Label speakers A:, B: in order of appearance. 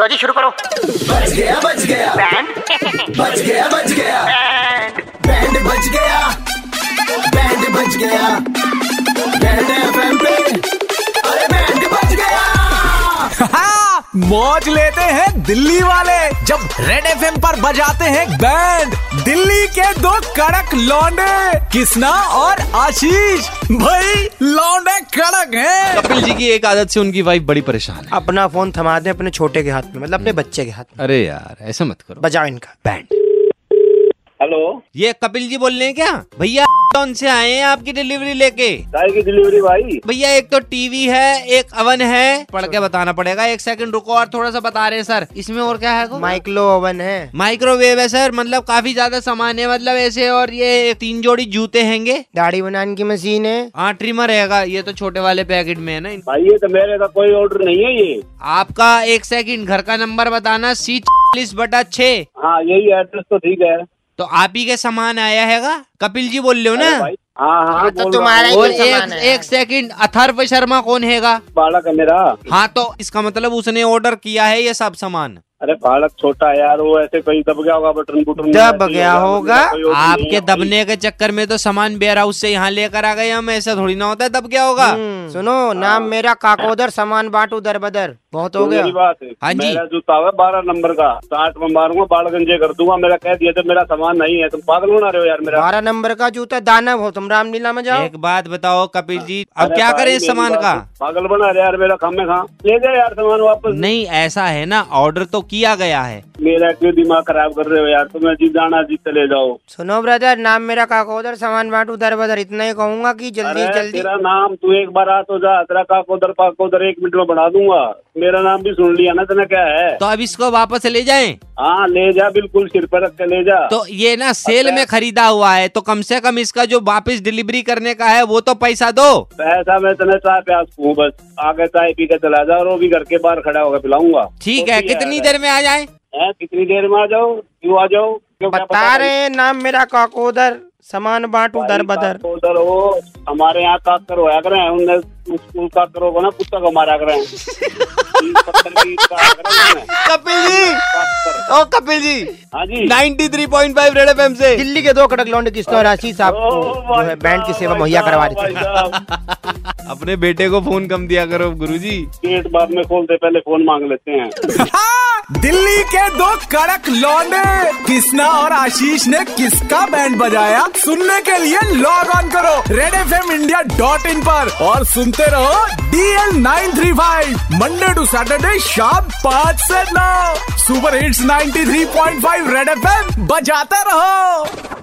A: लो जी शुरू करो
B: बच गया बच गया
A: बैंड
B: बच गया बच गया बैंड बच गया बैंड बच गया बैंड एफएम पे अरे बैंड बच गया
C: हाँ, मौज लेते हैं दिल्ली वाले जब रेड एफ पर बजाते हैं बैंड दिल्ली के दो कड़क लौंडे किसना और आशीष भाई लौंडे कड़क हैं
D: कपिल जी की एक आदत से उनकी वाइफ बड़ी परेशान है
E: अपना फोन थमा दें अपने छोटे के हाथ में मतलब
F: हम्म।
E: अपने बच्चे के हाथ में
D: अरे यार ऐसा मत करो
E: बजाओ इनका बैंड
F: हेलो
D: ये कपिल जी बोल रहे हैं क्या भैया कौन से आए हैं आपकी डिलीवरी लेके
F: चाय की डिलीवरी भाई
D: भैया एक तो टीवी है एक अवन है पढ़ के बताना पड़ेगा एक सेकंड रुको और थोड़ा सा बता रहे हैं सर इसमें और क्या है को?
E: माइक्रो ओवन है
D: माइक्रोवेव है सर मतलब काफी ज्यादा सामान है मतलब ऐसे और ये तीन जोड़ी जूते हैंगे
E: दाढ़ी बनाने की मशीन है
D: हाँ ट्रिमर हैगा ये तो छोटे वाले पैकेट में है ना इन-
F: भाई ये तो मेरे का कोई ऑर्डर नहीं है ये
D: आपका एक सेकंड घर का नंबर बताना सी चालीस बटा छः
F: हाँ यही एड्रेस तो ठीक है
D: तो आप ही के सामान आया हैगा कपिल जी बोल रहे हो
F: अरे
D: ना
F: भाई हाँ हाँ
E: तो
F: बोल
E: तुम्हारा
F: रहा
E: ही
F: हूँ।
D: और
E: तो
D: एक
E: सामान है।
D: एक सेकंड अथर्व शर्मा कौन हैगा
F: बालक है मेरा
D: हाँ तो इसका मतलब उसने ऑर्डर किया है ये सब सामान
F: अरे बालक छोटा है यार वो ऐसे कहीं दब गया होगा बटन बुटन
E: दब गया होगा।
D: आपके दबने के चक्कर में तो सामान वेयर हाउस से यहाँ लेकर आ गए हम ऐसा थोड़ी ना होता है, दब क्या होगा
F: हम्म,
E: सुनो नाम मेरा काकोदर सामान बांटू दर बदर बहुत हो
F: हाँ। तो मेरी
E: गया
F: बात है
D: हाँ जी।
F: मेरा जूता है बारह नंबर का साठ में मारूंगा बाल गंजे कर दूंगा मेरा कह दिया था मेरा सामान नहीं है तुम पागल बना रहे हो यार मेरा
E: बारह नंबर का जूता दानव हो तुम रामलीला में जाओ
D: एक बात बताओ कपिल जी अब
F: अरे
D: क्या
F: भाई,
D: करें इस
F: मेरी
D: सामान
F: बात
D: का
F: है। पागल बना रहे यार मेरा खामे खा ले जाए यार सामान वापस
D: नहीं ऐसा है ना ऑर्डर तो किया गया है
F: मेरा क्यों दिमाग खराब कर रहे हो यार तुम्हें जी जाना जी चले जाओ
E: सुनो ब्रदर नाम मेरा काकोदर सामान बांटू दर बदर इतना ही कहूंगा कि जल्दी
F: अरे
E: जल्दी
F: तेरा नाम तू एक बार आ तो जा तेरा काको दर पाको दर एक मिनट में बढ़ा दूंगा मेरा नाम भी सुन लिया ना तेने क्या है
D: तो अब इसको वापस ले जाएं
F: हाँ ले जा बिल्कुल सिर पर रख के ले जा
D: तो ये ना
F: अच्छा।
D: सेल में खरीदा हुआ है तो कम से कम इसका जो वापस डिलीवरी करने का है वो तो पैसा दो
F: पैसा मैं तेने चाय प्यास हूँ बस आगे चाय पी के चला जा और वो भी घर के बाहर खड़ा होकर पिलाऊंगा
D: ठीक
F: तो
D: है
F: भी
D: कितनी
F: यार
D: देर में आ जाए
F: है। हैं, कितनी देर में आ जाओ क्यों आ जाओ क्यों क्या
E: बता
F: नहीं?
E: रहे हैं नाम मेरा काकोदर सामान बांटू दर बदर
F: काको दर वो हमारे यहाँ काक करो आया करें उनने स्कूल काक करो को ना कुत्ता को मारा करें तीस पत्थर की काक करें उनने।
D: कपिल जी
F: काक कर।
D: ओ कपिल जी
F: हाँ जी
D: 93.5 रेड एफएम से
E: दिल्ली के दो कड़क लौंडे किस्तों और आशीष साहब
F: Oh
E: को जो है बैंड की सेवा मुहैया करवा रहे थे
F: थे
D: अपने बेटे को फोन कम दिया करो गुरुजी
F: गेट बाद में खोलते पहले फोन मांग लेते हैं
C: हाँ, दिल्ली के दो कड़क लौंडे किसना और आशीष ने किसका बैंड बजाया सुनने के लिए लॉग ऑन करो red F M India dot in पर और सुनते रहो DL nine three five Monday to Saturday शाम पाँच से नौ super hits 93.5 red F M बजाते रहो